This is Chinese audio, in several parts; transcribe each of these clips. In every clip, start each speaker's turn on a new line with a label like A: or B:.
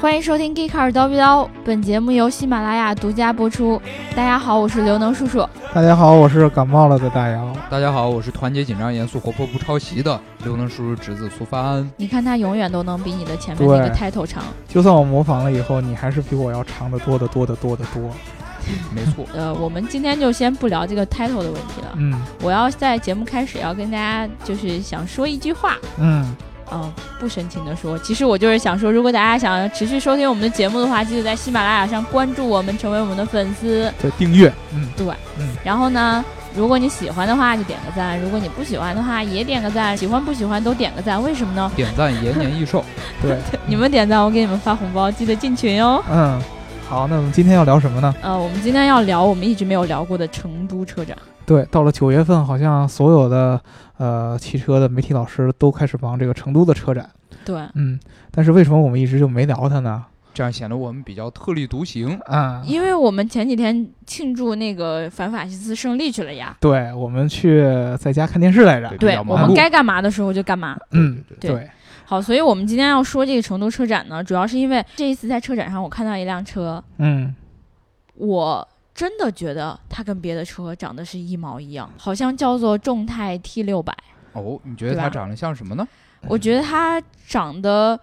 A: 欢迎收听《g e e k a r 叨逼叨》，本节目由喜马拉雅独家播出。大家好，我是刘能叔叔。
B: 大家好，我是感冒了的大姚。
C: 大家好，我是团结、紧张、严肃、活泼、不抄袭的刘能叔叔侄子苏发安。
A: 你看他永远都能比你的前面那个
B: 对
A: title 长。
B: 就算我模仿了以后，你还是比我要长得多得多得多得多。
C: 没 错，
A: 呃，我们今天就先不聊这个 title 的问题 了。
B: 嗯
A: 我要在节目开始要跟大家就是想说一句话，
B: 嗯，
A: 嗯、不深情的说，其实我就是想说，如果大家想要持续收听我们的节目的话，记得在喜马拉雅上关注我们，成为我们的粉丝。
B: 对，订阅，嗯，
A: 然后呢，如果你喜欢的话就点个赞，如果你不喜欢的话也点个赞，喜欢不喜欢都点个赞，为什么呢？
C: 点赞延年益寿。
B: 对，
A: 你们点赞，我给你们发红包，记得进群哦。
B: 嗯，好，那我们今天要聊什么呢？
A: 呃，我们今天要聊我们一直没有聊过的成都车展。
B: 对，到了九月份，好像所有的呃汽车的媒体老师都开始忙这个成都的车展。
A: 对，
B: 嗯，但是为什么我们一直就没聊它呢？
C: 这样显得我们比较特立独行。
B: 啊、
A: 因为我们前几天庆祝那个反法西斯胜利去了呀。
B: 对，我们去在家看电视来着。
C: 对比
A: 对
C: 较
A: 我
C: 忙
A: 们
B: 碌
A: 该干嘛的时候就干嘛。
B: 嗯，
A: 对好，所以我们今天要说这个成都车展呢，主要是因为这一次在车展上我看到一辆车，
B: 嗯，
A: 我真的觉得它跟别的车长得是一毛一样，好像叫做众泰 T 六百。
C: 哦，你觉得
A: 对吧啊
C: 他长得像什么呢？
A: 我觉得它长得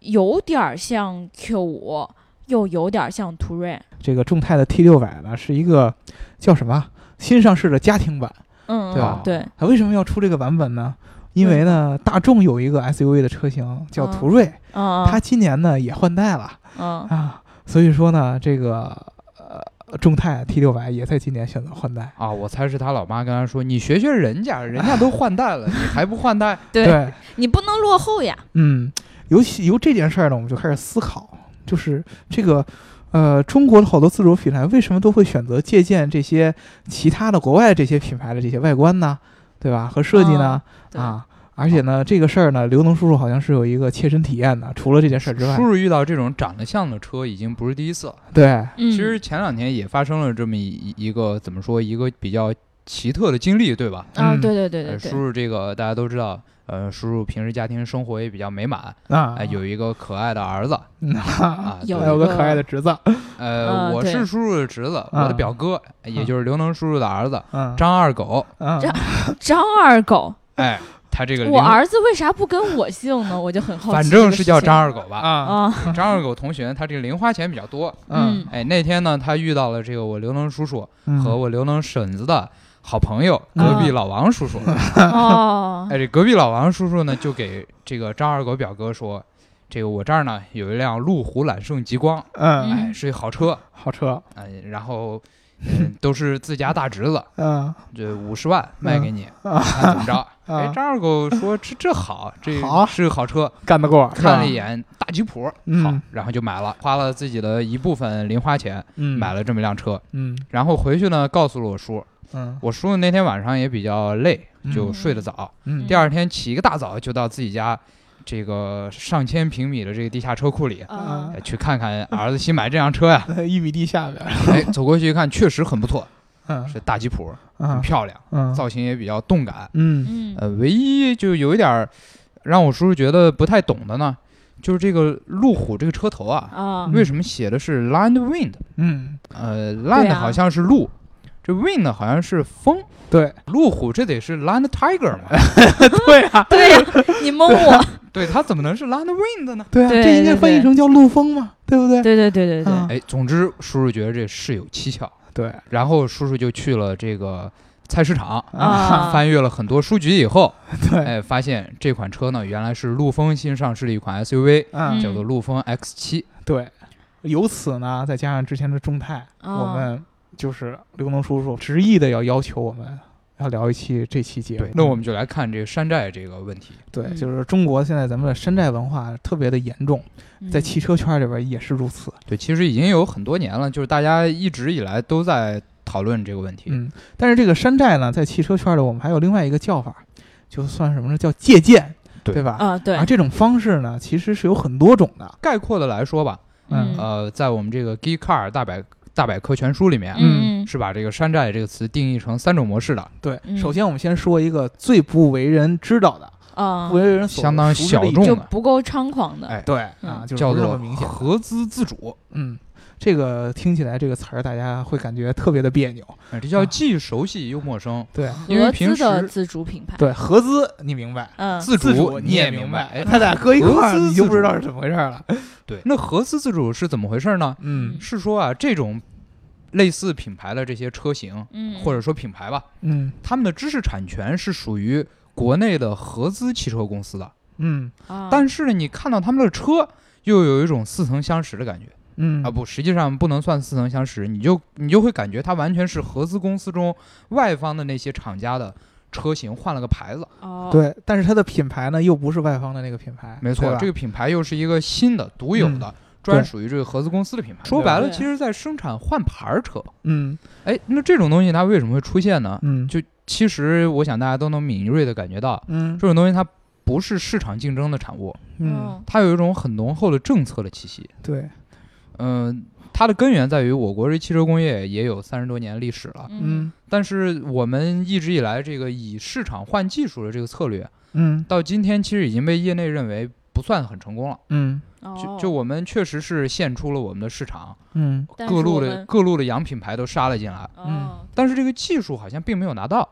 A: 有点儿像 Q 五，又有点儿像途锐。
B: 这个众泰的 T 六百呢，是一个叫什么新上市的家庭版。
A: 嗯，
B: 对
C: 吧
A: 对，
B: 它为什么要出这个版本呢？因为呢，大众有一个 SUV 的车型叫
A: 嗯
B: 途锐，
A: 嗯，
B: 它今年呢也换代了
A: 嗯，
B: 啊，所以说呢，这个呃众泰 T 六百也在今年选择换代。
C: 啊，我猜是他老妈跟他说：“你学学人家，人家都 换代了，你还不换代
A: 对
B: 对，
A: 你不能落后呀。
B: 嗯，尤其由这件事儿呢，我们就开始思考，就是这个。呃，中国的好多自主品牌为什么都会选择借鉴这些其他的国外这些品牌的这些外观呢？对吧？和设计呢？
A: 对，
B: 啊。而且呢，这个事儿呢，刘能叔叔好像是有一个切身体验的。除了这件事儿？”之外
C: 叔，叔遇到这种长得像的车已经不是第一次了。
B: 对，
A: 嗯，
C: 其实前两年也发生了这么一一个怎么说一个比较奇特的经历，对吧？
A: 啊，
B: 嗯
A: 对对对对
C: 呃，
A: 对
C: 叔，叔这个大家都知道，呃，叔叔平时家庭生活也比较美满，
B: 啊，
C: 哎，有一个可爱的儿子
B: 嗯
C: 啊，
A: 有
C: 对
B: 还有个
A: 一个
B: 可爱的侄子，
C: 呃，
A: 嗯
C: 我
A: 对
C: 是叔叔的侄子，
B: 啊
C: 我的表哥，也就是刘能叔叔的儿子
B: 嗯，
C: 张二 狗，
B: 嗯
A: 张张二狗，
C: 哎，他这个
A: 我
C: 零
A: 儿子为啥不跟我姓呢？我就很好奇。
C: 反正是叫张。二狗吧。
B: 啊，
A: 啊，
C: 张二狗同学他这个零花钱比较多，
A: 嗯
C: 哎，那天呢，他遇到了这个我刘能叔叔
B: 嗯
C: 和我刘能婶子的好朋友
B: 嗯
C: 隔壁老王叔叔，
A: 哦，
C: 哎，这隔壁老王叔叔呢就给这个张二狗表哥说。这个我这儿呢有一辆路虎揽胜极光，
B: 嗯，
C: 哎，是一好车，
B: 好车，
C: 哎，然后，嗯，都是自家大侄子，
B: 嗯，
C: 这五十万卖给你，
B: 嗯啊
C: 看怎么着？哎
B: 啊，
C: 张二狗说这这好，这
B: 好
C: 是好车，
B: 干得过，
C: 看了一
B: 眼，
C: 眼大吉普，好
B: 嗯，
C: 然后就买了，花了自己的一部分零花钱
B: 嗯，
C: 买，了这么辆车，
B: 嗯
C: 然后回去呢告诉了我叔，
B: 嗯
C: 我叔那天晚上也比较累，就
A: 嗯
C: 睡得早，
B: 嗯
C: 第二天起一个大早就到自己家这个上千平米的这个地下车库里。
A: 啊
C: 哎去看看儿子新买这辆车呀、
B: 嗯，一米地下边儿，
C: 哎，走过去一看，确实很不错，
B: 嗯
C: 是大吉普，很
B: 嗯
C: 漂亮，
B: 嗯
C: 造型也比较动感，
B: 嗯
A: 嗯，
C: 呃，唯一就有一点儿让我叔叔觉得不太懂的呢，就是这个路虎这个车头啊，
A: 啊，
C: 为什么写的是 land wind？
B: 嗯，
C: 呃，land
A: 啊
C: 好像是路，这 wind 呢好像是风。
B: 对
C: 路虎这得是 land tiger 嘛？
B: 对啊
A: 对呀，你蒙我。
C: 对，它怎么能是 land wind 呢？
B: 对啊，
A: 对
B: 这应该
A: 对
B: 翻译
A: 对
B: 成叫陆风嘛，对不对？
A: 对对对对对，
B: 啊
C: 哎，总之叔叔觉得这事有蹊跷，
B: 对
C: 然后叔叔就去了这个菜市场。
A: 啊
C: 翻阅了很多书籍以后，
B: 对，
C: 哎，发现这款车呢原来是陆风新上市的一款 SUV，
B: 嗯
A: 嗯
C: 叫做陆风 X 7
B: 对，由此呢，再加上之前的众泰，
A: 哦
B: 我们就是刘能叔叔执意的要要求我们要聊一期这期节目
C: 对。，那我们就来看这山寨这个问题。
B: 对，
A: 嗯
B: 就是中国现在咱们的山寨文化特别的严重，在
A: 嗯
B: 汽车圈里边也是如此。
C: 对，其实已经有很多年了，就是大家一直以来都在讨论这个问题。
B: 嗯，但是这个山寨呢，在汽车圈里我们还有另外一个叫法，就算什么呢？叫借鉴，
C: 对
B: 吧？
A: 啊，对
B: 而，这种方式呢，其实是有很多种的。
C: 概括的来说吧，
A: 嗯
C: 呃，在我们这个《Geek Car 大百大百科全书》里面，啊
A: 嗯
C: 是把这个山寨这个词定义成三种模式的。
B: 对，
A: 嗯
B: 首先我们先说一个最不为人知道的，
A: 嗯啊、
B: 为人所
C: 相当
B: 熟知的
C: 小
B: 一
C: 众
A: 就
C: 的
A: 不够猖狂的。
C: 哎
B: 对
A: 嗯
B: 啊，就是
C: 叫
B: 不是那
C: 做
B: 么明显。
C: 合资自主，
B: 嗯，这个听起来这个词儿大家会感觉特别的别扭。
C: 哎这叫
B: 啊
C: 既熟悉又陌生。
B: 对
C: 因为
A: 合
C: 平
A: 资的
C: 时
A: 自主品牌，
B: 对，合资你明白，
A: 嗯，
C: 自
B: 自
C: 主
B: 你
C: 也
B: 明
C: 白，哎
B: 他俩搁一块
C: 合
B: 儿
C: 资
B: 你就不知
C: 自主
B: 道是怎么回事儿了。
C: 对，那合资自主是怎么回事呢？
B: 嗯
C: 是说啊，这种类似品牌的这些车型，
A: 嗯，
C: 或者说品牌吧，
B: 嗯
C: 他们的知识产权是属于国内的合资汽车公司的，
B: 嗯
A: 啊，
C: 但是呢，你看到他们的车，又有一种似曾相识的感觉
B: 嗯
C: 啊！不，实际上不能算似曾相识，你就你就会感觉它完全是合资公司中外方的那些厂家的车型换了个牌子，
A: 哦，
B: 对，但是它的品牌呢又不是外方的那个品牌，
C: 没
B: 对
C: 错，啊
B: 吧
C: 这个品牌又是一个新的、独有的，专属于这个合资公司的品牌。说白了，
A: 对
C: 其实在生产换牌儿车。
B: 嗯
C: 哎，那这种东西它为什么会出现呢？
B: 嗯
C: 就其实我想大家都能敏锐的感觉到，
B: 嗯
C: 这种东西它不是市场竞争的产物，
B: 嗯，
A: 嗯，
C: 它有一种很浓厚的政策的气息。
B: 对，
C: 嗯、它的根源在于我国这汽车工业也有三十多年历史了，
A: 嗯
B: 嗯
C: 但是我们一直以来这个以市场换技术的这个策略，
B: 嗯
C: 到今天其实已经被业内认为不算很成功了。
B: 嗯
C: 就就
A: 哦
C: 我们确实是献出了我们的市场，
B: 嗯
A: 但
C: 各
A: 是
C: 路
A: 我
C: 的嗯
A: 们
C: 各路的洋品牌都杀了进来，
A: 哦，
C: 但是这个技术好像并没有拿到。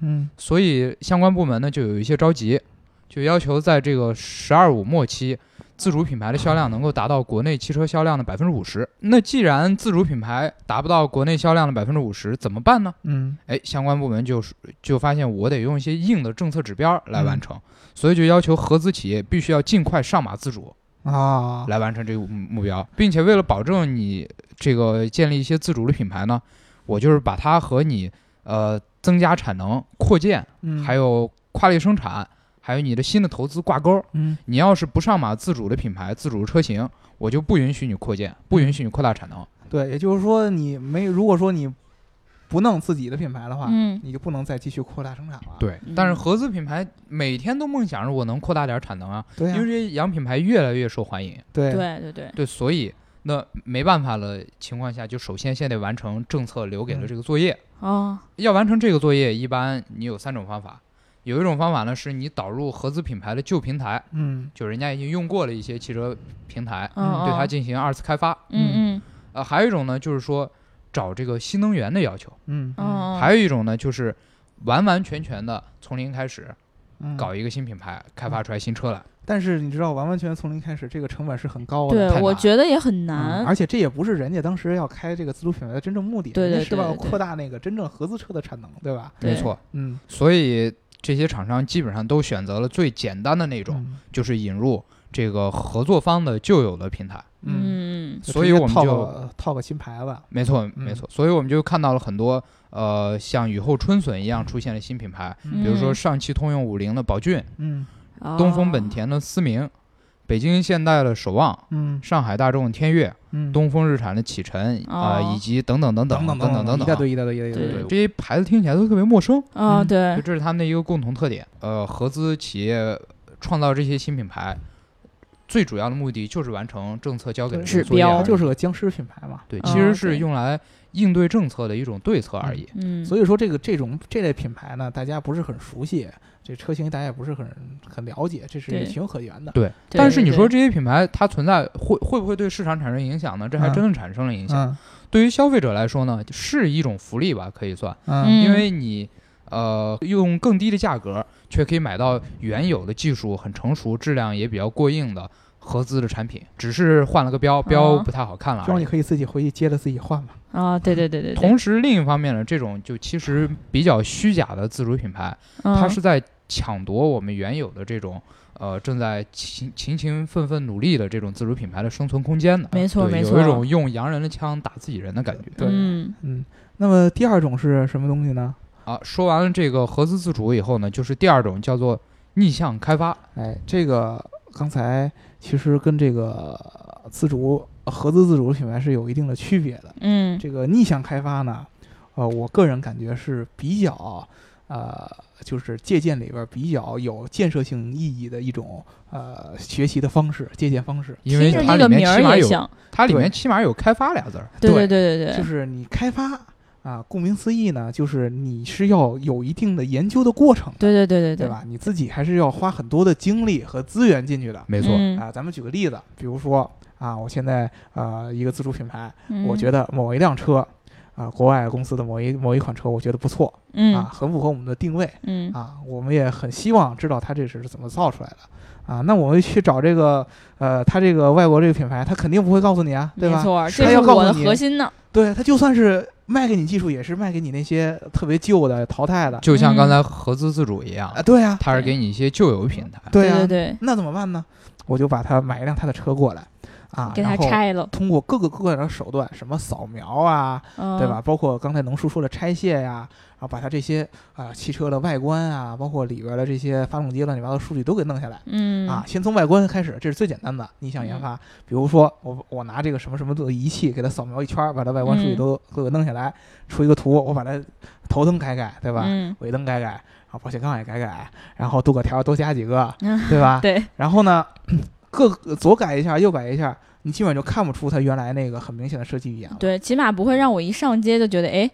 B: 嗯
C: 所以相关部门呢就有一些着急，就要求在这个“十二五”末期，自主品牌的销量能够达到国内汽车销量的百分之五十。那既然自主品牌达不到国内销量的百分之五十，怎么办呢？
B: 嗯
C: 哎，相关部门就是就发现我得用一些硬的政策指标来完
B: 嗯
C: 成，所以就要求合资企业必须要尽快上马自主
B: 啊，
C: 来完成这个目目标，并且为了保证你这个建立一些自主的品牌呢，我就是把它和你呃增加产能扩建
B: 嗯
C: 还有跨类生产，还有你的新的投资挂钩。
B: 嗯
C: 你要是不上马自主的品牌、自主的车型，我就不允许你扩建，不允许你扩大产能。
B: 对，也就是说你没如果说你不弄自己的品牌的话，
A: 嗯，
B: 你就不能再继续扩大生产了。
C: 对
A: 嗯
C: 但是合资品牌每天都梦想着我能扩大点产能啊，
B: 对
C: 因
B: 呀
C: 为这些洋品牌越来越受欢迎。
B: 对
A: 对对对，
C: 对，所以那没办法了情况下，就首先先得完成政策留给了这个作业。
A: 哦，
C: 要完成这个作业，一般你有三种方法。有一种方法呢，是你导入合资品牌的旧平台，
B: 嗯
C: 就人家已经用过了一些汽车平台，
A: 嗯，
C: 对它
A: 嗯
C: 进行二次开发。
A: 嗯
C: 呃，还有一种呢，就是说找这个新能源的要求；
B: 嗯
A: 嗯哦，
C: 还有一种呢，就是完完全全的从零开始
B: 嗯
C: 搞一个新品牌，开发出来新车来。
B: 但是你知道，完完全从零开始，这个成本是很高的。
A: 对
C: 太难
A: 我
C: 了
A: 觉得也很
B: 嗯
A: 难，
B: 而且这也不是人家当时要开这个自主品牌的真正目的，
A: 对对
B: 人家是吧
A: 对
B: 要
A: 对对
B: 扩大那个真正合资车的产能，对吧？
A: 对
C: 没错，
B: 嗯，
C: 所以这些厂商基本上都选择了最简单的那种，
B: 嗯
C: 就是引入这个合作方的旧有的平台。
B: 嗯，
A: 嗯，
C: 所以我们
B: 套
C: 就
B: 个套个新牌子，
C: 没错，没
B: 嗯
C: 错，所以我们就看到了很多呃，像雨后春笋一样出现的新品牌，
A: 嗯
C: 比如说上汽通用五菱的宝骏，
B: 嗯
C: 东风本
A: 哦，
C: 田的思明，北京现代的守望，
B: 嗯
C: 上海大众天悦，
B: 嗯，
C: 东风日产的启辰啊、
A: 哦
C: 以及等等等
B: 等
C: 等
B: 等
C: 等等
B: 一大堆一大堆一大堆一大堆
C: 对，这些牌子听起来都特别陌生，
A: 哦，
B: 嗯
A: 对
C: 就，这是他们的一个共同特点。呃，合资企业创造这些新品牌，最主要的目的就是完成政策交给的
B: 指
C: 作业
A: 标
C: 而
B: 它
C: 已
B: 就是个僵尸品牌嘛。
C: 对，
A: 哦
C: 其实是
A: 对
C: 用来应对政策的一种对策而已。
A: 嗯，
B: 所以说，这个这种这类品牌呢，大家不是很熟悉，这车型大家也不是很很了解，这是
A: 对
B: 情有可原的。
C: 对，
A: 对
C: 但是你
A: 对
C: 说这些品牌它存在会会不会对市场产生影响呢？这还
B: 嗯
C: 真的产生了影响。
B: 嗯
C: 对于消费者来说呢，是一种福利吧，可以算。
A: 嗯
C: 因为你呃用更低的价格，却可以买到原有的技术很成熟、质量也比较过硬的合资的产品，只是换了个标，标
A: 哦
C: 不太好看了
B: 这样
C: 而
B: 你
C: 已。
B: 可以自己回去接着自己换嘛。
A: 啊，对对对对，对
C: 同时，另一方面呢，这种就其实比较虚假的自主品牌，它
A: 嗯
C: 是在抢夺我们原有的这种呃正在勤勤勤奋奋努力的这种自主品牌的生存空间的。
A: 没错
C: 对
A: 没
C: 有
A: 错
C: 一种用洋人的枪打自己人的感觉。
B: 对
A: 嗯
B: 嗯，那么第二种是什么东西呢？
C: 啊，说完了这个合资自主以后呢，就是第二种叫做逆向开发。
B: 哎，这个刚才其实跟这个呃自主合资自主品牌是有一定的区别的。
A: 嗯
B: 这个逆向开发呢，呃，我个人感觉是比较，呃，就是借鉴里边儿比较有建设性意义的一种呃学习的方式，借鉴方式。
C: 因为
A: 听着这
C: 它里
A: 个
C: 面
A: 名
C: 起
A: 儿
C: 码
A: 也
C: 有，
A: 像，
C: 它里面
B: 对
C: 起码有“开发”俩字儿。
A: 对
B: 对
A: 对对对
B: 就
A: 对，
B: 是你开发啊，顾名思义呢，就是你是要有一定的研究的过程的，
A: 对对对对
B: 对？吧？你自己还是要花很多的精力和资源进去的。
C: 没错，哎
A: 嗯
B: 啊，咱们举个例子，比如说啊，我现在呃一个自主品牌，我觉
A: 得，
B: 得某一辆车啊，国外公司的某一某一款车，我觉得不错啊，
A: 嗯
B: 很符合我们的定位
A: 嗯
B: 啊，我们也很希望知道它这是怎么造出来的啊。那我们去找这个呃，它这个外国这个品牌，它肯定不会告诉你啊，对
A: 没
B: 吧？
A: 错，这
B: 他
A: 是
B: 要告
A: 我的
B: 诉你
A: 核心呢。
B: 对，它就算是卖给你技术，也是卖给你那些特别旧的、淘汰的
C: 就像刚
A: 嗯
C: 才合资自主一样
B: 啊。，对啊，
C: 它是给你一些旧有品牌，
B: 对啊，
A: 对对，
B: 那怎么办呢？我就把它买一辆它的车过来啊，
A: 给它
B: 然后
A: 拆了，
B: 通过各个各样的手段，什么扫描啊，
A: 对
B: 对吧？？包括刚才农叔说的拆卸呀、然后把它这些啊、呃汽车的外观啊，包括里边的这些发动机乱七八糟数据都给弄下来。
A: 嗯
B: 啊，，先从外观开始，这是最简单的逆向研发。比如说，我我拿这个什么什么的仪器给它扫描一圈儿，把它外观数据
A: 嗯
B: 都都给弄下来，出一个图，我把它头灯改改，对吧？
A: 嗯
B: 尾灯改改，然后保险杠也改改，然后镀铬条多加几个，
A: 嗯
B: 对吧？
A: 对，
B: 然后呢， 各左改一下，右改一下，你基本就看不出它原来那个很明显的设计语言了。
A: 对，起码不会让我一上街就觉得，哎，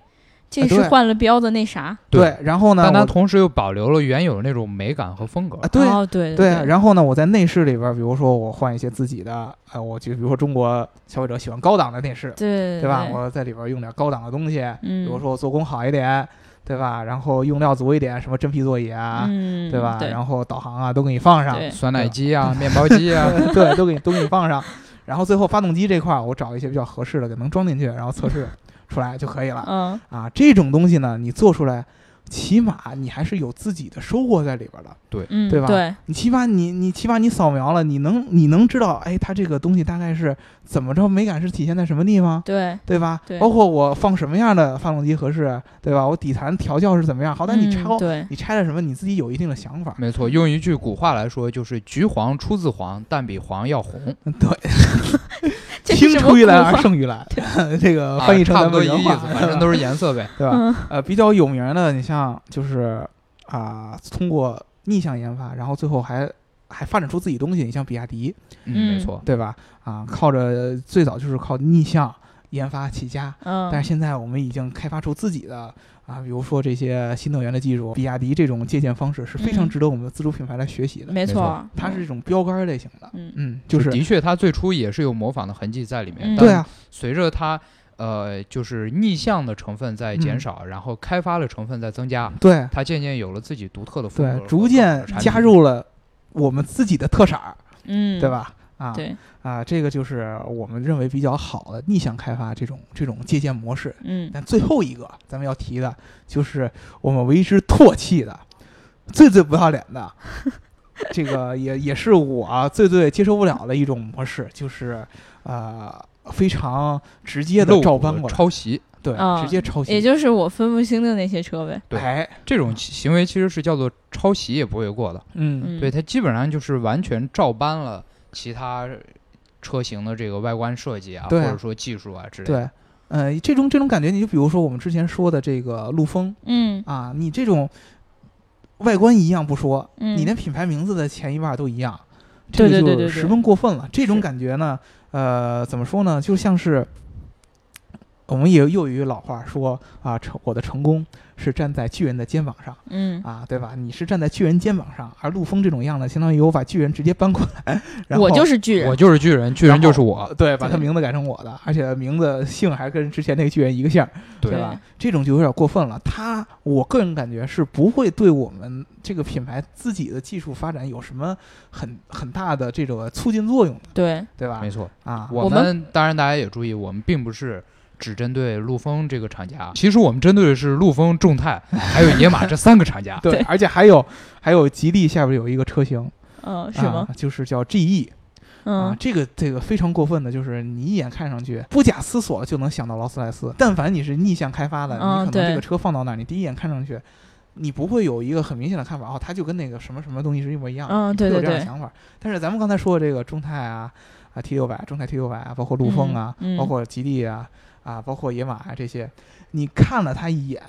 A: 这
B: 啊
A: 是
B: 对
A: 换了标的那啥。
B: 对，然后呢，
C: 但它
B: 我
C: 同时又保留了原有的那种美感和风格
B: 啊，。对啊
A: 哦对
B: 对啊，
A: 对，
B: 然后呢，我在内饰里边儿，比如说我换一些自己的，呃，我就比如说中国消费者喜欢高档的内饰，
A: 对
B: 对吧？我在里边儿用点高档的东西，比
A: 嗯，
B: 如说我做工好一点，对吧？然后用料足一点，什么真皮座椅啊，
A: 嗯，
B: 对吧？
A: 对
B: 然后导航啊都给你放上，
A: 对
C: 酸奶机啊，面包机啊，
B: 对，都给你都给你放上。然后最后发动机这块儿，我找一些比较合适的，给能装进去，然后测试出来就可以了。
A: 嗯，
B: 啊，这种东西呢，你做出来，起码你还是有自己的收获在里边儿的。
A: 嗯，
B: 对吧
A: 对，
B: 你起码你你起码你扫描了，你能你能知道，哎，它这个东西大概是怎么着美感是体现在什么地方，
A: 对，
B: 对吧？
A: 对
B: 包括我放什么样的发动机合适，对吧？我底盘调教是怎么样？好歹你
A: 嗯
B: 拆、
A: 对，
B: 你拆了什么，你自己有一定的想法。
C: 没错。用一句古话来说，就是橘黄出自黄，但比黄要红。
B: 嗯对，
A: 这
B: 青
A: 是什么
B: 出于蓝
A: 古
B: 而
A: 话
B: 胜于蓝， 这个呃翻译成
C: 啊差
B: 咱
C: 不多
B: 们
C: 一
B: 原
C: 个意
B: 话，
C: 思，反正都是颜色 呗。
B: 对吧？
A: 嗯
B: 呃，比较有名的，你像就是啊、通过逆向研发，然后最后还还发展出自己东西，你像比亚迪，
A: 嗯
C: 没错。
B: 对吧？啊，靠着最早就是靠逆向研发起家，
A: 嗯，
B: 但是现在我们已经开发出自己的啊，比如说这些新能源的技术，比亚迪这种借鉴方式是非常
A: 嗯
B: 值得我们自主品牌来学习的，
A: 没
C: 错
A: 错，
B: 它是
A: 嗯
B: 一种标杆类型的，
A: 嗯
B: 嗯，就是
C: 的确，它最初也是有模仿的痕迹在里面。
A: 嗯
B: 对啊，，
C: 随着它呃就是逆向的成分在
B: 嗯
C: 减少，然后开发的成分在增加，
B: 对
C: 它渐渐有了自己独特的风格
B: 对
C: 和，
B: 逐渐
C: 产品
B: 加入了我们自己的特色儿，
A: 嗯，
B: 对？吧？啊，
A: 对，
B: 啊，这个就是我们认为比较好的逆向开发这种这种借鉴模式。
A: 嗯，
B: 但最后一个咱们要提的，就是我们为之唾弃的、最最不要脸 的，这个也也是我最最接受不了的一种模式，就是呃非常直接的
C: 漏
B: 照
C: 补
B: 搬过来，
C: 抄袭
B: 对，
A: 啊
B: 直接抄袭，
A: 也就是我分不清的那些车呗。
C: 对
B: 哎，
C: 这种其行为其实是叫做抄袭也不为过的。
B: 嗯，
A: 嗯，
C: 对，它基本上就是完全照搬了其他车型的这个外观设计啊，
B: 对啊
C: 或者说技术啊
A: 嗯
C: 之类的。
B: 对。呃，这种这种感觉，你就比如说我们之前说的这个陆风
A: 嗯
B: 啊，你这种外观一样不说，
A: 嗯，
B: 你连品牌名字的前一半都一样，这
A: 对
B: 个
A: 对对
B: 就
A: 对
B: 十
A: 对
B: 分过分了。这种
A: 是
B: 感觉呢，呃，怎么说呢？就像是我们也又有一句老话说啊，成我的成功是站在巨人的肩膀上
A: 嗯
B: 啊，对吧？你是站在巨人肩膀上，而陆风这种样子，相当于我把巨人直接搬过来，然后
A: 我就是巨
C: 我
A: 人，
C: 就是巨人，巨
B: 然
C: 人就是
B: 后
C: 我，
B: 对，把他
A: 对
B: 名字改成我的，而且名字姓还跟之前那个巨人一个姓儿，
C: 对
B: 吧？这种就有点过分了。他，我个人感觉是不会对我们这个品牌自己的技术发展有什么很很大的这种促进作用的，
A: 对，
B: 对吧
C: 没？错。
B: 啊，
C: 我
A: 我们
C: 们当然大家也注意，我们并不是只针对陆风这个厂 家，其实我们针对的是陆风、众泰还有野马这三个厂家。
B: 对
A: 对，
B: 而且还有还有吉利下边有一个车型，
A: 嗯，什么
B: 啊？就是叫 GE 啊
A: 嗯，，
B: 这个这个非常过分的，就是你一眼看上去不假思索就能想到劳斯莱斯。但凡你是逆向开发
A: 嗯
B: 的，你可能这
A: 对
B: 个车放到那儿，你第一眼看上去，你不会有一个很明显的看法，哦，它就跟那个什么什么东西是一模一样的。
A: 嗯，对
B: 会有
A: 对
B: 这样的
A: 对，
B: 想法。但是咱们刚才说的这个中泰啊、啊 T 六百、中泰 T 六百啊，包括陆风啊，
A: 嗯嗯
B: 包括吉利啊、啊，包括野马啊这些，你看了它一眼，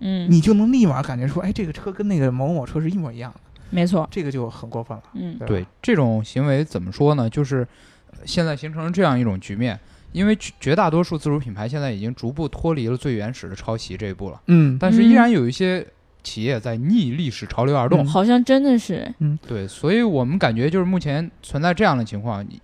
A: 嗯，
B: 你就能立马感觉出，哎，这个车跟那个某某车是一模一样的，
A: 没错，
B: 这个就很过分了。
A: 嗯
B: 对吧
C: 对这种行为怎么说呢？就是呃现在形成了这样一种局面，因为绝绝大多数自主品牌现在已经逐步脱离了最原始的抄袭这一步了，
B: 嗯，
C: 但是依
A: 嗯
C: 然有一些企业在逆历史潮流而动。
B: 嗯
A: 好像真的是，
C: 对，所以我们感觉就是目前存在这样的情况：你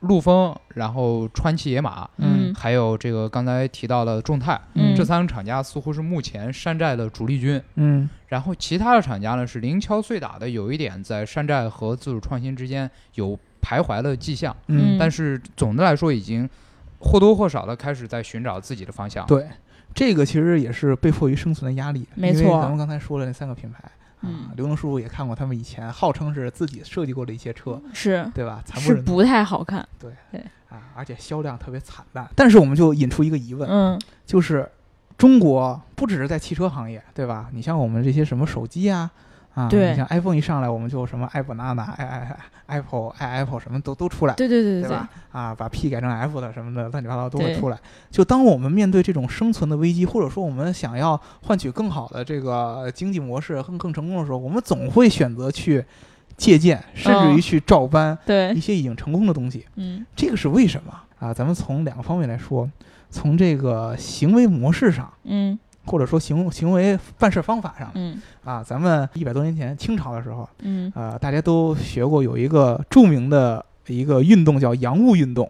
C: 陆风，然后川崎野马，
B: 嗯
A: 嗯
C: 还有这个刚才提到的众泰，
A: 嗯，
C: 这三个厂家似乎是目前山寨的主力军。
B: 嗯
C: 然后其他的厂家呢是零敲碎打的，有一点在山寨和自主创新之间有徘徊的迹象，
A: 嗯
C: 但是总的来说已经或多或少的开始在寻找自己的方向。
B: 对，这个其实也是被迫于生存的压力，
A: 没
B: 因为
A: 错
B: 咱们刚才说了那三个品牌，啊
A: 嗯，
B: 刘能叔叔也看过他们以前号称是自己设计过的一些车，
A: 是
B: 对吧？惨不
A: 是
B: 忍睹
A: 不太好看，
B: 啊，而且销量特别惨淡。但是我们就引出一个疑问，
A: 嗯
B: 就是中国不只是在汽车行业，对吧？你像我们这些什么手机啊，啊，
A: 对
B: 你像 iPhone 一上来，我们就什么 iPhone 娜娜、i i Apple、i Apple 什么都都出来，
A: 对对对对
B: 吧？啊，把 P 改成 F 的什么的乱七八糟都会
A: 对
B: 出来。就当我们面对这种生存的危机，或者说我们想要换取更好的这个经济模式、更更成功的时候，我们总会选择去借鉴，甚至于
A: 嗯哎
B: 去照搬一
A: 对，
B: 些已经成功的东西。
A: 嗯
B: 这个是为什么啊？咱们从两个方面来说，从这个行为模式上，
A: 嗯
B: 或者说行行为办事方法上
A: 嗯
B: 啊，咱们一百多年前清朝的时候，
A: 嗯，
B: 呃，大家都学过有一个著名的一个运动叫洋务运动，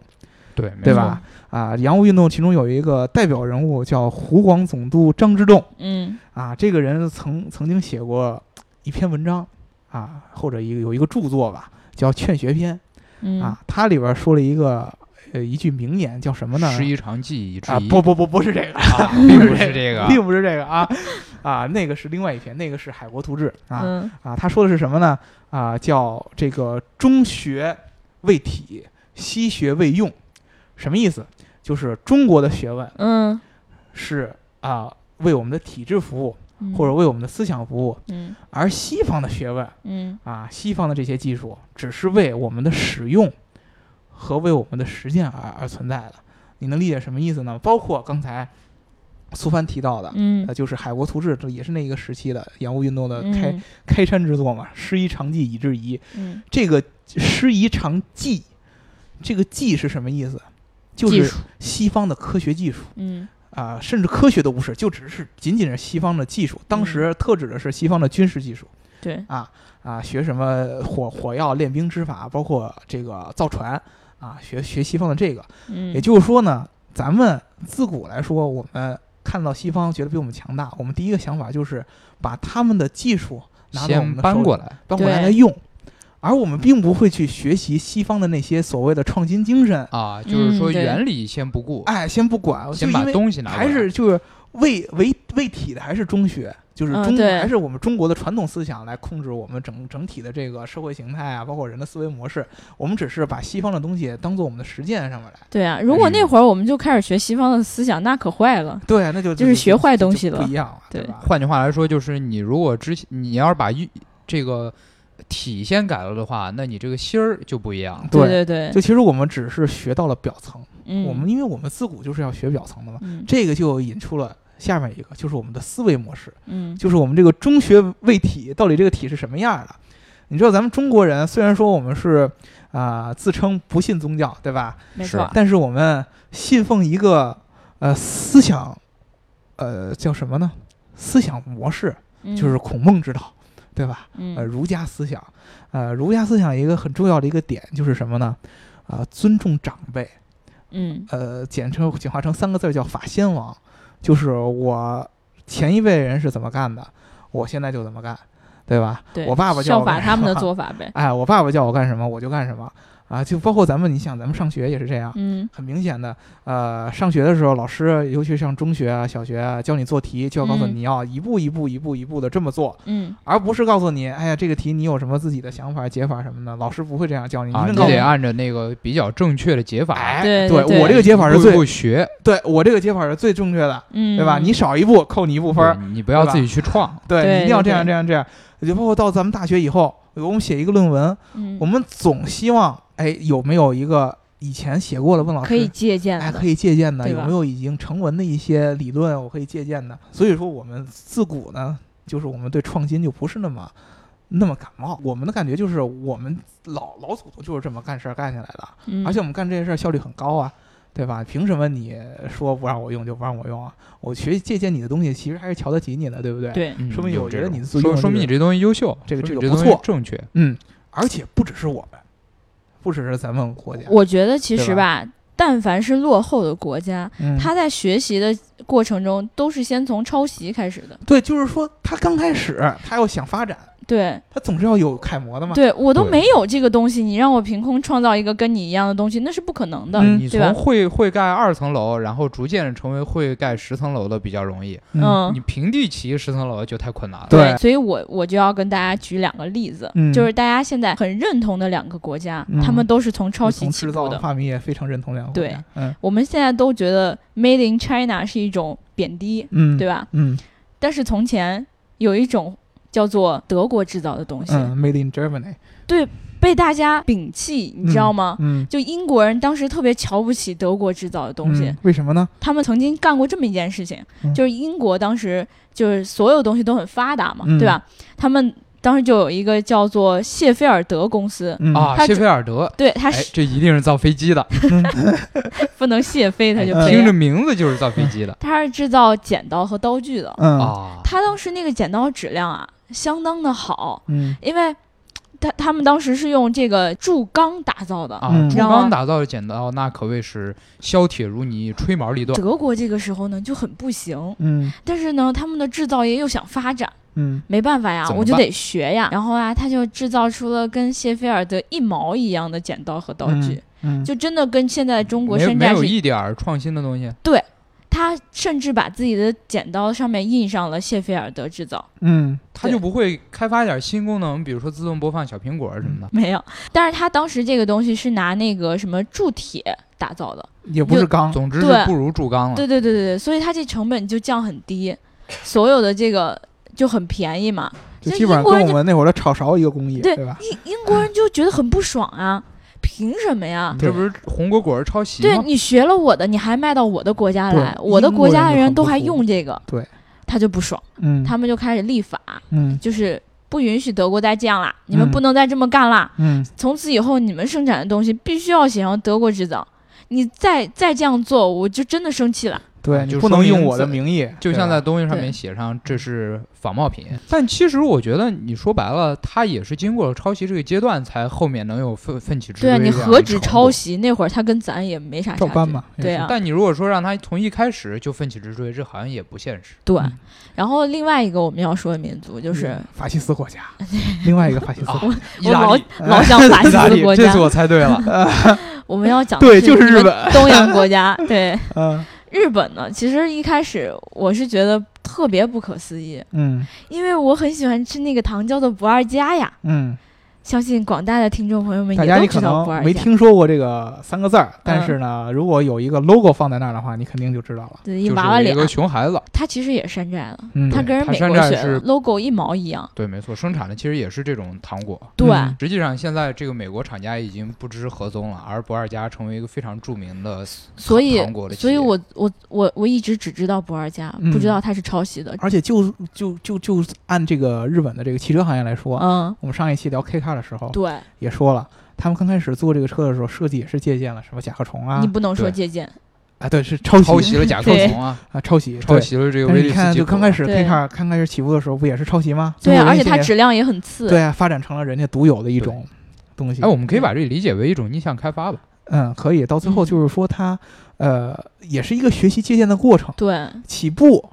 C: 对没
B: 对
C: 错
B: 吧？啊，洋务运动其中有一个代表人物叫湖广总督张之洞
A: 嗯
B: 啊，这个人曾曾经写过一篇文章啊，或者一个有一个著作吧，叫《劝学篇》
A: 嗯
B: 啊，它里边说了一个呃一句名言叫什么呢？
C: 十一场记忆之
B: 啊，
C: 一，
B: 不不不，不是这个，
C: 啊 并不是这个。
B: 并不是这个啊啊，那个是另外一篇，那个是《海国图志》啊。
A: 嗯
B: 啊，他说的是什么呢？啊，叫这个中学为体，西学为用，什么意思？就是中国的学问
A: 嗯，
B: 是啊为我们的体制服务，
A: 嗯
B: 或者为我们的思想服务，
A: 嗯
B: 而西方的学问
A: 嗯
B: 啊，西方的这些技术只是为我们的使用和为我们的实践而而存在的。你能理解什么意思呢？包括刚才苏帆提到的。
A: 嗯
B: 呃，就是《海国图志》，这也是那一个时期的洋务运动的
A: 嗯
B: 呃开、开山之作嘛，“师夷长技以制夷”，
A: 嗯
B: 这个师夷长技，这个技是什么意思？就
A: 技
B: 是
A: 术
B: 西方的科学技术
A: 嗯
B: 啊、甚至科学都不是，就只是仅仅是西方的技术。
A: 嗯
B: 当时特指的是西方的军事技术
A: 对
B: 啊啊，学什么火火药炼兵之法，包括这个造船啊，学学西方的这个。
A: 嗯
B: 也就是说呢，咱们自古来说，我们看到西方觉得比我们强大，我们第一个想法就是把他们的技术拿到我
C: 先
B: 们的手
C: 搬
B: 里
C: 过来，
B: 搬过来
A: 对
B: 来用，而我们并不会去学习西方的那些所谓的创新精神。
C: 啊，就是说
A: 嗯对
C: 原理先不顾，
B: 哎，先不管，就
C: 先把
B: 因为
C: 东西拿过来。
B: 还是就是为为为体的还是中学，就是
A: 嗯
B: 中、
A: 对
B: 还是我们中国的传统思想来控制我们整整体的这个社会形态啊，包括人的思维模式。我们只是把西方的东西当做我们的实践上面来。
A: 对啊，如果那
C: 嗯
A: 会儿我们就开始学西方的思想，那可坏了。
B: 对，啊那就
A: 就是学坏东
B: 就
A: 西
B: 就
A: 了
B: 不一样了，
A: 对
B: 吧？
C: 换句话来说，就是你如果之前你要是把运这个体先改了的话，那你这个心儿就不一样了。
A: 对对对，
B: 就其实我们只是学到了表层，
A: 嗯
B: 我们因为我们自古就是要学表层的嘛。
A: 嗯
B: 这个就引出了下面一个，就是我们的思维模式，
A: 嗯
B: 就是我们这个中学为体，到底这个体是什么样的？你知道咱们中国人虽然说我们是啊、自称不信宗教，对吧？
A: 没
C: 是
A: 错，
B: 但是我们信奉一个呃思想，呃叫什么呢？思想模式就是
A: 嗯
B: 孔孟之道，对吧？呃，
A: 嗯
B: 儒家思想，呃，儒家思想一个很重要的一个点就是什么呢？啊、尊重长辈，
A: 嗯
B: 呃，简称简化成三个字儿叫“法先王”，就是我前一辈人是怎么干的，我现在就怎么干，对吧？
A: 对，
B: 我爸爸叫
A: 效
B: 我干
A: 法他们的
B: 什么
A: 做法 呗。
B: 哎，我爸爸叫我干什么我就干什么啊，就包括咱们，你想咱们上学也是这样。
A: 嗯
B: 很明显的，呃，上学的时候，老师尤其上中学啊、小学啊，教你做题，就要告诉
A: 嗯
B: 你要一步一步、一步一步的这么做，
A: 嗯
B: 而不是告诉你，哎呀，这个题你有什么自己的想法、解法什么的，老师不会这样教你。
C: 啊，
B: 一定
C: 你
B: 告诉
C: 得
B: 我
C: 按照那个比较正确的解法，
B: 哎，
A: 对对对
B: 我这个解法是
C: 一步一
B: 最
C: 步学，
B: 对我这个解法是最正确的，
A: 嗯，
B: 对吧？你少一步扣你一步分儿，
C: 嗯对你不要自己去创。
B: 对
A: 对
B: 你一定要这样
A: 对
B: 这样这样。就包括到咱们大学以后，我们写一个论文，
A: 嗯
B: 我们总希望，哎，有没有一个以前写过了问老师
A: 可以借鉴
B: 哎，
A: 的
B: 可，以借鉴的，
A: 对
B: 有
A: 吧
B: 没有已经成文的一些理论我可以借鉴的？所以说，我们自古呢，就是我们对创新就不是那么那么感冒。我们的感觉就是，我们老老祖宗就是这么干事儿干下来的，
A: 嗯
B: 而且我们干这些事儿效率很高啊，对吧？凭什么你说不让我用就不让我用啊？我学借鉴你的东西，其实还是瞧得起你的，对不对？，
A: 对，
C: 嗯
B: 说明
C: 有
B: 我
C: 这
B: 觉得
C: 种
B: 你自用
C: 说
B: 的
C: 说明
B: 这
C: 你这东西优秀，
B: 这个
C: 说
B: 这
C: 明
B: 个
C: 你
B: 不
C: 东西
B: 错
C: 正确。
B: 嗯，而且不只是我们，不只是咱们国家，
A: 我觉得其实
B: 对
A: 吧，但凡是落后的国家，
B: 嗯、
A: 他在学习的过程中都是先从抄袭开始的。
B: 对，就是说他刚开始他要想发展，
A: 对，
B: 他总是要有楷模的嘛。
A: 对我都
C: 对
A: 没有这个东西，你让我凭空创造一个跟你一样的东西，那是不可能的，
B: 嗯
C: 你
A: 对
C: 从
A: 吧？
C: 会会盖二层楼，然后逐渐成为会盖十层楼的比较容易。
A: 嗯
C: 你，平地起十层楼就太困难了。
B: 啊对
A: 所以我我就要跟大家举两个例子，
B: 嗯
A: 就是大家现在很认同的两个国家，
B: 嗯
A: 他们都是从抄
B: 从
A: 袭起
B: 制
A: 步
B: 造
A: 的。
B: 发明也非常认同两个国
A: 对
B: 家，嗯
A: 我们现在都觉得 “Made in China” 是一种贬低，
B: 嗯，
A: 对吧？
B: 嗯
A: 但是从前有一种叫做德国制造的东西，
B: 嗯，Made in Germany，
A: 被大家摒弃，你知道吗？
B: 嗯，
A: 就英国人当时特别瞧不起德国制造的东西，
B: 嗯为什么呢？
A: 他们曾经干过这么一件事情，
B: 嗯
A: 就是英国当时就是所有东西都很发达嘛，
B: 嗯
A: 对吧？他们当时就有一个叫做谢菲尔德公司，
B: 嗯
C: 啊，
A: 他
C: 谢
A: 只
C: 菲尔德，
A: 对，他
C: 哎，
A: 是
C: 这一定是造飞机 的，
A: 不能谢飞，他就
B: 哎
A: 飞
C: 听着
A: 了。
C: 名字就是造飞机的
A: 他是制造剪刀和刀具的，
B: 嗯
C: 啊。
A: 他当时那个剪刀质量啊，相当的好，
B: 嗯
A: 因为他他们当时是用这个铸钢打造的。
C: 啊，
B: 嗯
C: 朱
A: 然后
C: 刚打造的剪刀，那可谓是削铁如泥，吹毛立断。
A: 德国这个时候呢就很不行，
B: 嗯
A: 但是呢，他们的制造业又想发展，
B: 嗯
A: 没办法呀
C: 怎，么
A: 我就
C: 办
A: 得学呀。然后啊，他就制造出了跟谢菲尔德一毛一样的剪刀和刀具，
B: 嗯，
A: 就真的跟现在中国
C: 没有
A: 山
C: 没
A: 寨
C: 有
A: 是。
C: 一点儿创新的东西，
A: 他甚至把自己的剪刀上面印上了谢菲尔德制造，
B: 嗯
C: 他就不会开发一点新功能，比如说自动播放小苹果什么的。
A: 没有。但是他当时这个东西是拿那个什么铸铁打造的，
B: 也不是钢，
C: 总之是
A: 对
C: 不如铸钢了。
A: 对对对对对，所以它这成本就降很低，所有的这个就很便宜嘛。
B: 就
A: 就
B: 基本上
A: 英国
B: 跟
A: 人
B: 我们那会儿的炒勺一个工艺，
A: 对
B: 对吧？
A: 英英国人就觉得很不爽啊，凭什么呀？
B: 嗯
C: 这不是红果果是抄袭
A: 对
C: 吗？
A: 你学了我的，你还卖到我的国家来，
B: 对
A: 我的
B: 英
A: 国
B: 国
A: 家
B: 人
A: 的
B: 就
A: 人
B: 很
A: 都
B: 不
A: 还
B: 服
A: 用这个，
B: 对，
A: 他就不爽，
B: 嗯，
A: 他们就开始立法，
B: 嗯
A: 就是不允许德国再这样啦，你们
B: 嗯
A: 不能再这么干啦，
B: 嗯
A: 从此以后你们生产的东西必须要写上德国制造，你再再这样做，我就真的生气了。
B: 对
C: 啊
B: 你
C: 就
B: 不
C: 说
B: 能
C: 明
B: 用我
C: 在
B: 的名义，
C: 就
B: 对
C: 像在
B: 吧
C: 东西上
A: 对嗯
C: 面写上这是仿冒品，但其实我觉得你说白了，它也是经过了抄袭这个阶段，才后面能有奋奋起直
A: 对
C: 追。
A: 啊，你何止抄？袭？那会儿他跟咱也没啥差
B: 照搬
A: 距。
B: 嘛，也
A: 对
B: 是
A: 啊，
C: 但你如果说让他从一开始就奋起直追，这好像也不现实。
A: 对
B: 嗯。
A: 然后另外一个我们要说的民族就是
B: 嗯法西斯国 家，另外一个法西斯国
C: 啊
B: 家，
C: 意
A: 我
C: 大
A: 老
C: 利，
A: 哦 老想法 西
C: 意大
A: 斯
C: 利
A: 国，
C: 这
A: 家
C: 次，我猜对了。
A: 我们要讲的
B: 对就是
A: 你
B: 日
A: 们 东洋国家。对
B: 嗯
A: 日本呢，其实一开始我是觉得特别不可思议，
B: 嗯
A: 因为我很喜欢吃那个糖叫做不二家呀。
B: 嗯，
A: 相信广大的听众朋友们
B: 大
A: 也
B: 家
A: 都
B: 你可
A: 知道
B: 能
A: 不二
B: 没
A: 家，
B: 听说过这个三个字儿，但
A: 嗯
B: 是呢，如果有一个 logo 放在那儿的话，你肯定就知道了。
A: 对，
C: 就
A: 一
C: 是
A: 娃娃
C: 一
A: 脸，啊
C: 个熊孩子，
A: 他其实也山寨了，
B: 嗯，
A: 他跟人
C: 他
A: 美国
C: 山
A: 学的
C: 寨是
A: ，logo 一毛一样。
C: 对，没错，生产的其实也是这种糖果。
A: 对，
B: 嗯
C: 实际上，现在这个美国厂家已经不知何踪了，而不二家成为一个非常著名的
A: 所以
C: 糖果的企
A: 所以
C: 业
A: 我我我我一直只知道不二家，
B: 嗯
A: 不知道他是抄袭的。
B: 而且就就就就按这个日本的这个汽车行业来说，
A: 嗯，
B: 我们上一期聊 K 卡的时候
C: 哦
A: 对，
B: 也说了，他们刚开始做这个车的时候，设计也是借鉴了什么甲壳虫啊
A: 你，不能说
C: 对
A: 借鉴，
B: 啊，对，是抄袭
C: 抄袭了甲壳
A: 对
C: 虫啊，
B: 啊，抄袭，
C: 抄
B: 对。
C: 袭了这个
B: 但
C: 威
B: 是
C: 利
B: 你
C: 斯
B: 看，
C: 基
B: 就
C: 普
B: 刚开始
A: 对
B: K 卡刚开始起步的时候，不也是抄袭吗？
A: 对啊，
B: 中国
A: 而
B: 人
A: 且
B: 现
A: 它
B: 在
A: 质量也很次。
B: 对啊，发展成了人家独有的一种东西。
C: 哎，我们可以把这个理解为一种逆向开发吧。
B: 嗯，可以到最后
A: 嗯
B: 就是说它，呃，也是一个学习借鉴的过程，
A: 对，
B: 起步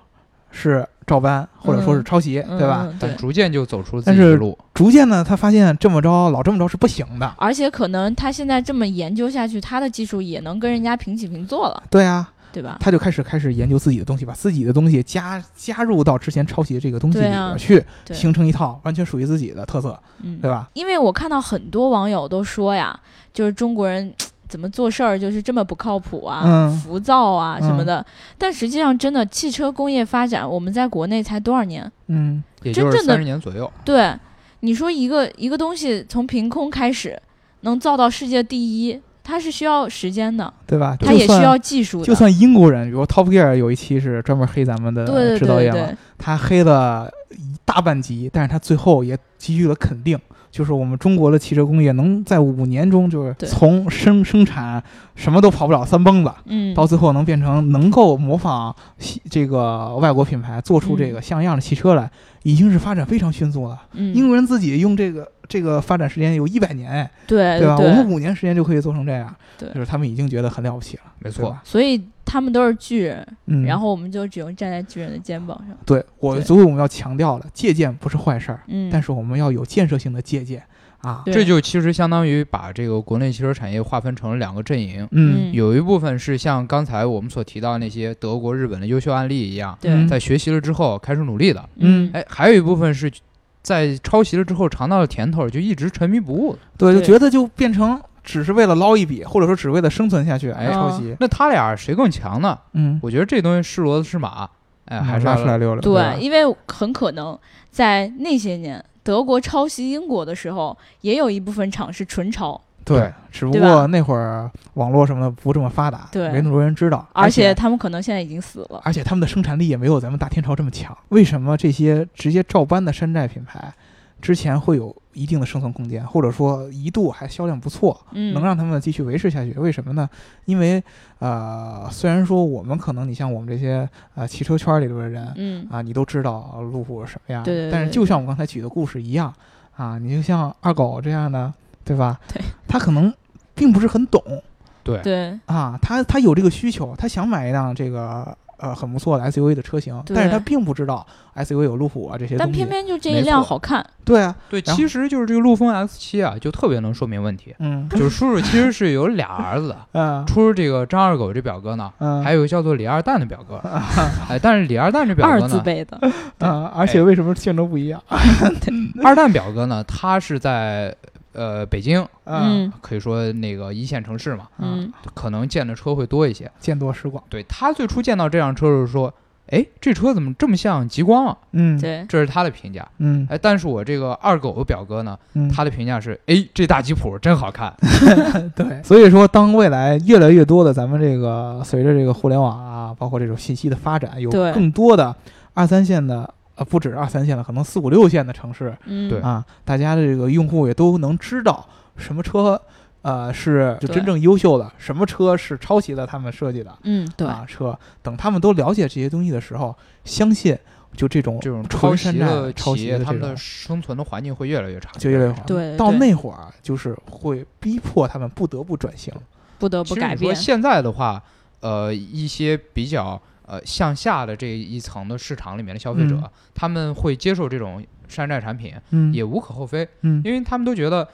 B: 是照搬或者说是抄袭，
A: 嗯
B: 对吧？？
A: 嗯
C: 但
A: 对，
C: 逐渐就走出了自
B: 但
C: 己的
B: 是
C: 路。
B: 逐渐呢，他发现这么着老这么着是不行的，
A: 而且可能他现在这么研究下去，他的技术也能跟人家平起平坐了，
B: 对啊，
A: 对吧？
B: 他就开始开始研究自己的东西，把自己的东西加加入到之前抄袭的这个东西里
A: 对啊
B: 边去，
A: 对，
B: 形成一套完全属于自己的特色，
A: 嗯
B: 对，啊吧？
A: 因为我看到很多网友都说呀，就是中国人怎么做事儿就是这么不靠谱啊、
B: 嗯
A: 浮躁啊
B: 嗯
A: 什么的。但实际上，真的汽车工业发展，我们在国内才多少年？
B: 嗯
C: 也就是
A: 真正的
C: 三十年左右，
A: 对，你说一个一个东西从凭空开始能造到世界第一，它是需要时间的，
B: 对吧？
A: 它
B: 就
A: 也需
B: 算
A: 要技术的。
B: 就算英国人，比如 Top Gear 有一期是专门黑咱们
C: 呃
B: 的
A: 对对
B: 制造
A: 对
B: 业嘛，
A: 对，
B: 他黑了一大半集，但是他最后也给予了肯定，就是我们中国的汽车工业能在五年中，就是
A: 对
B: 从生生产什么都跑不了三蹦子，
A: 嗯，
B: 到最后能变成能够模仿西这个外国品牌做出这个像样的汽车来，已经是发展非常迅速了。
A: 嗯
B: 英国人自己用这个这个发展时间有一百年，哎
A: 对
B: 对吧？我们五年时间就可以做成这样，
A: 对
B: 就是他们已经觉得很了不起了，
C: 没
B: 对
C: 错
B: 吧，？
A: 所以他们都是巨人，
B: 嗯，
A: 然后我们就只能站在巨人的肩膀上。
B: 对我，
A: 对
B: 所以我们要强调了，借鉴不是坏事儿，
A: 嗯，
B: 但
A: 是
B: 是我们要有建设性的借鉴啊。
C: 这就其实相当于把这个国内汽车产业划分成了两个阵营，
A: 嗯
C: 有一部分是像刚才我们所提到那些德国、日本的优秀案例一样，
A: 对
B: 嗯
C: 在学习了之后开始努力的，
B: 嗯
C: 哎，还有一部分是在抄袭了之后尝到了甜头，就一直沉迷不悟的。
B: 对，就
A: 对
B: 觉得就变成只是为了捞一笔，或者说只为了生存下去，哎，
C: 嗯
B: 抄袭，
C: 那他俩谁更强呢？
B: 嗯，
C: 我觉得这东西是骡子是马，哎，还是
B: 拉
C: 要
B: 出来溜溜，
A: 对
C: 啊
B: 吧
A: 因为很可能在那些年德国抄袭英国的时候，也有一部分厂是纯抄，
B: 对
C: 对，
B: 只不
A: 对
B: 过
A: 吧
B: 那会儿网络什么的不这么发达，
A: 对
B: 没那么多人知道，
A: 而
B: 而
A: 且他们可能现在已经死了。
B: 而且他们的生产力也没有咱们大天朝这么强。为什么这些直接照搬的山寨品牌，之前会有一定的生存空间，或者说一度还销量不错，
A: 嗯，
B: 能让他们继续维持下去？为什么呢？因为呃，虽然说我们可能你像我们这些呃汽车圈里边的人，
A: 嗯
B: 啊，你都知道呃路虎是什么样的。
A: 对对
B: 但是
A: 对
B: 就像我刚才举的故事一样，啊，你就像二狗这样的，对吧？
A: 对。
B: 他可能并不是很懂
C: 对
A: 对
B: 啊，他他有这个需求，他想买一辆这个呃很不错的 SUV 的车型，
A: 对
B: 但是他并不知道 SUV 有路虎啊这些东西。
A: 但偏偏就这
C: 没
A: 一辆
C: 错
A: 好看，
B: 对啊，
C: 对，
B: 然后
C: 其实就是这个陆风 X 七啊，就特别能说明问题。
B: 嗯
C: 就是叔叔其实是有俩儿子 的，
B: 嗯
C: 除了这个张二狗这表哥呢，
B: 嗯，
C: 还有个叫做李二蛋的表 哥。哎，但是李二蛋这表
A: 二
C: 哥
A: 字
C: 呢，
A: 辈的，
B: 啊，而
A: 哎
B: 且为什么性能不一样？
C: 二蛋表哥呢，他是在呃北京，
B: 啊
A: 嗯
C: 可以说那个一线城市嘛，
A: 嗯
C: 可能见的车会多一些。
B: 见多识广，
C: 对他最初见到这辆车的时候说，哎，这车怎么这么像极光啊？
B: 嗯，，
A: 对，
C: 这是他的评价。
B: 嗯
C: 哎，但是我这个二狗表哥呢，
B: 嗯，
C: 他的评价是，哎，这大吉普真好看。
B: 对，所以说，当未来越来越多的咱们这个随着这个互联网啊，包括这种信息的发展，有
A: 对
B: 更多的二三线的，呃，不止二三线了，可能四五六线的城市
A: 嗯
C: 对
B: 啊，大家的这个用户也都能知道什么车，呃，是就
A: 对
B: 真正优秀的，什么车是抄袭了他们设计的
A: 嗯对，
B: 啊车。等他们都了解这些东西的时候，相信就这种
C: 这种抄
B: 纯山
C: 袭
B: 寨
C: 的
B: 抄
C: 企
B: 袭
C: 业，他
B: 这
C: 们的
B: 种。
C: 生存的环境会越来越差，
B: 就越来越好。
A: 对
B: 到
A: 对
B: 那会儿就是会逼迫他们不得不转型。
A: 不得
C: 其
A: 不
C: 实
A: 改
C: 你说
A: 变。
C: 现在的话，呃，一些比较呃向下的这一层的市场里面的消费者，
B: 嗯
C: 他们会接受这种山寨产品，
B: 嗯，
C: 也无可厚非，
B: 嗯，
C: 因为他们都觉得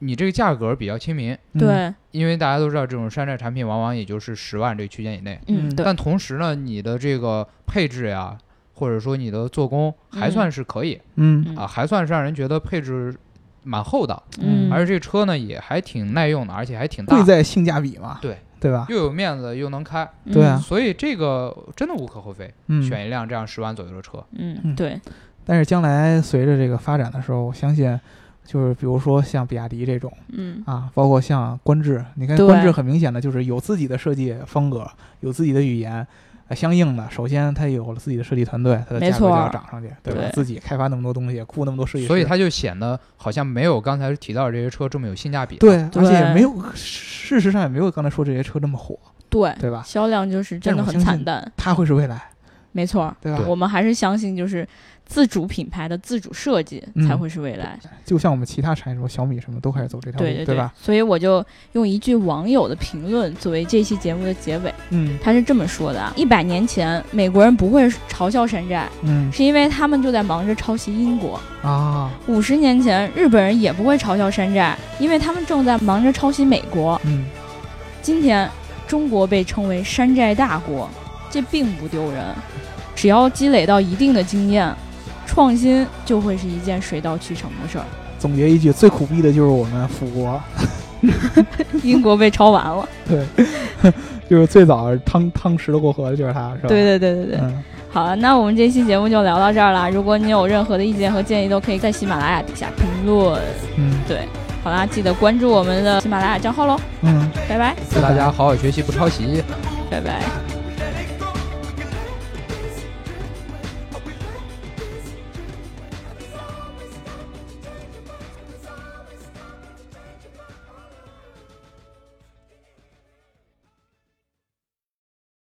C: 你这个价格比较亲民。
B: 嗯，
A: 对，
C: 因为大家都知道，这种山寨产品往往也就是十万这个区间以内，
A: 嗯
B: 嗯
A: 对，
C: 但同时呢，你的这个配置呀，或者说你的做工还
A: 嗯
C: 算是可以、
B: 嗯
A: 嗯
C: 啊，还算是让人觉得配置蛮厚道，
A: 嗯，
C: 而且这个车呢也还挺耐用的，而且还挺
B: 贵
C: 大，
B: 在性价比嘛，
C: 对
B: 对吧？
C: 又有面子又能开，
A: 嗯
B: 对啊
C: 所以这个真的无可厚非。
B: 嗯，
C: 选一辆这样十万左右的车，
A: 嗯，
B: 嗯
A: 嗯对，
B: 但是将来随着这个发展的时候，我相信，就是比如说像比亚迪这种
A: 嗯
B: 啊，包括像观致，你看
A: 对
B: 观致很明显的就是有自己的设计风格，有自己的语言。呃相应的，首先它有了自己的设计团队，它的
A: 没
B: 价格就
A: 错
B: 要涨上去，对吧？
A: 对
B: 自己开发那么多东西，雇那么多设计师，
C: 所以它就显得好像没有刚才提到的这些车这么有性价比。，
B: 对，而
A: 对
B: 且也没有，事实上也没有刚才说这些车那么火，
A: 对，
B: 对吧？
A: 销量就是真的
B: 但是我
A: 很
B: 相
A: 惨
B: 信
A: 淡，
B: 它会是未来，
A: 没错儿。
B: 对吧？
A: 我们还是相信，就是自主品牌的自主设计
B: 嗯
A: 才会是未来。
B: 就像我们其他产业，什么小米什么都开始走这条路，
A: 对对
B: 吧？
A: 所以我就用一句网友的评论作为这期节目的结尾，
B: 嗯
A: 他是这么说的啊：一百年前，美国人不会嘲笑山寨，
B: 嗯
A: 是因为他们就在忙着抄袭英国；
B: 啊，
A: 五十年前，日本人也不会嘲笑山寨，因为他们正在忙着抄袭美国。
B: 嗯，
A: 今天，中国被称为山寨大国，这并不丢人。只要积累到一定的经验，创新就会是一件水到渠成的事儿。
B: 总结一句，最苦逼的就是我们辅国，
A: 英国被抄完 了，
B: 对，就是最早汤汤石头过河的就是他，是吧？
A: 对对对对对。
B: 嗯，
A: 好了，那我们这期节目就聊到这儿了。如果你有任何的意见和建议，都可以在喜马拉雅底下评论。
B: 嗯
A: 对，好啦，记得关注我们的喜马拉雅账号喽，
B: 嗯。
A: 拜拜，
C: 大家好好学习，不抄袭。
A: 拜拜。
B: 拜